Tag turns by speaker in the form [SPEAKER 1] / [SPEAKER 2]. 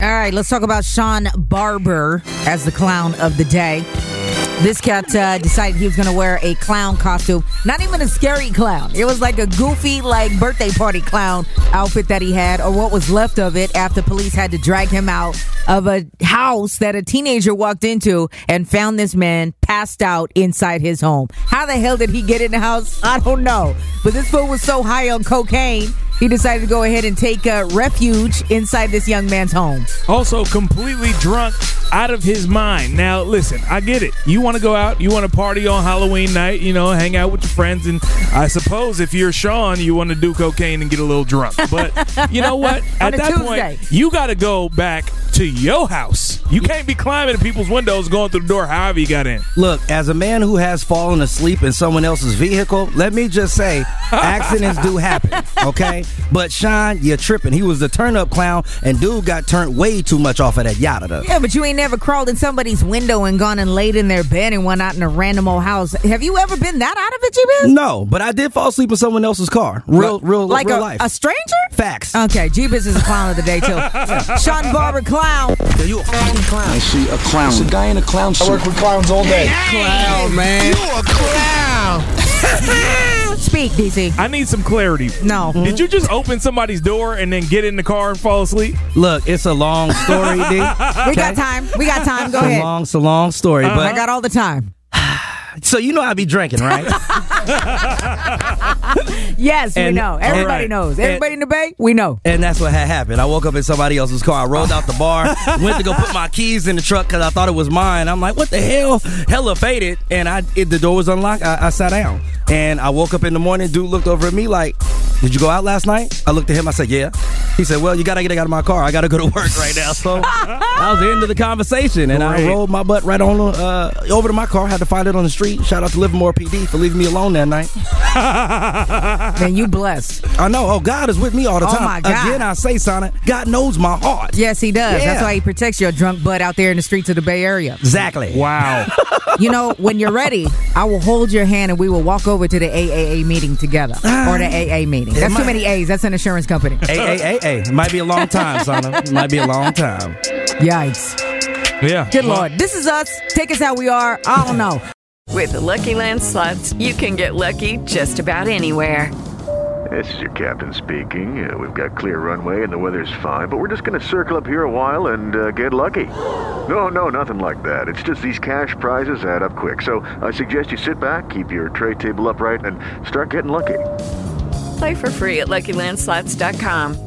[SPEAKER 1] All right, let's talk about Sean Barber as the clown of the day. This cat uh, decided he was going to wear a clown costume. Not even a scary clown. It was like a goofy, like birthday party clown outfit that he had, or what was left of it after police had to drag him out of a house that a teenager walked into and found this man passed out inside his home. How the hell did he get in the house? I don't know. But this fool was so high on cocaine, he decided to go ahead and take uh, refuge inside this young man's home.
[SPEAKER 2] Also, completely drunk, out of his mind. Now, listen, I get it. You want to go out, you want to party on Halloween night, you know, hang out with your friends, and I suppose if you're Sean, you want to do cocaine and get a little drunk. But you know what?
[SPEAKER 1] On
[SPEAKER 2] At
[SPEAKER 1] a
[SPEAKER 2] that
[SPEAKER 1] Tuesday.
[SPEAKER 2] point, you got to go back to your house. You can't be climbing in people's windows, going through the door, however you got in.
[SPEAKER 3] Look, as a man who has fallen asleep in someone else's vehicle, let me just say, accidents do happen, okay? But Sean, you're tripping. He was the turn up clown, and dude got turned way too much off of that yada.
[SPEAKER 1] Yeah, but you ain't never crawled in somebody's window and gone and laid in their bed and went out in a random old house. Have you ever been that out of it, Jeebus?
[SPEAKER 3] No, but I did fall asleep in someone else's car. Real, real,
[SPEAKER 1] like
[SPEAKER 3] real
[SPEAKER 1] a, Uh,
[SPEAKER 3] life.
[SPEAKER 1] a stranger?
[SPEAKER 3] Facts.
[SPEAKER 1] Okay, Jeebus is a clown of the day, too. Sean Barber, clown.
[SPEAKER 3] you a fucking clown. I see a clown. It's a guy in a clown suit.
[SPEAKER 1] Clown, man. You a clown. Speak, DC.
[SPEAKER 2] I need some clarity.
[SPEAKER 1] No.
[SPEAKER 2] Did you just open somebody's door and then get in the car and fall asleep?
[SPEAKER 3] Look, it's a long story, D.
[SPEAKER 1] We got time. We got time. Go
[SPEAKER 3] It's a
[SPEAKER 1] ahead.
[SPEAKER 3] long, it's a long story,
[SPEAKER 1] I got all the time.
[SPEAKER 3] but so you know I be drinking, right?
[SPEAKER 1] Yes,
[SPEAKER 3] And-
[SPEAKER 1] we know. Everybody
[SPEAKER 2] Alright.
[SPEAKER 1] knows.
[SPEAKER 3] And-
[SPEAKER 1] Everybody in the bay, we know.
[SPEAKER 3] And that's what had happened. I woke up in somebody else's car. I rolled out the bar, went to go put my keys in the truck because I thought it was mine. I'm like, what the hell? Hella faded. And I, it, the door was unlocked. I, I sat down. And I woke up in the morning. Dude looked over at me like, did you go out last night? I looked at him. I said, yeah. He said, well, you got to get out of my car. I got to go to work right now. So that was the end of the conversation. And
[SPEAKER 2] Great.
[SPEAKER 3] I rolled my butt right on uh, over to my car. Had to find it on the street. Shout out to Livermore PD for leaving me alone that night.
[SPEAKER 1] Man, you blessed.
[SPEAKER 3] I know. Oh, God is with me all the
[SPEAKER 1] Oh,
[SPEAKER 3] time.
[SPEAKER 1] my God.
[SPEAKER 3] Again, I say, Sonic, God knows my heart.
[SPEAKER 1] Yes, he does. That's
[SPEAKER 3] Yeah.
[SPEAKER 1] why he protects your drunk butt out there in the streets of the Bay Area.
[SPEAKER 3] Exactly.
[SPEAKER 2] Wow.
[SPEAKER 1] You know, when you're ready, I will hold your hand and we will walk over to the AAA meeting together or the AA meeting. That's too
[SPEAKER 3] might- Eh.
[SPEAKER 1] many A's. That's an insurance company.
[SPEAKER 3] Hey, hey, hey, hey. Might be a long time, Sana. Might be a long time.
[SPEAKER 1] Yikes.
[SPEAKER 2] yeah.
[SPEAKER 1] Good Lord. This is us. Take us how we are. I don't know.
[SPEAKER 4] With the Lucky Land slots, you can get lucky just about anywhere.
[SPEAKER 5] This is your captain speaking. Uh, we've got clear runway and the weather's fine, but we're just going to circle up here a while and uh, get lucky. No, no, nothing like that. It's just these cash prizes add up quick. So I suggest you sit back, keep your tray table upright, and start getting lucky.
[SPEAKER 4] Play for free at LuckyLandSlots.com.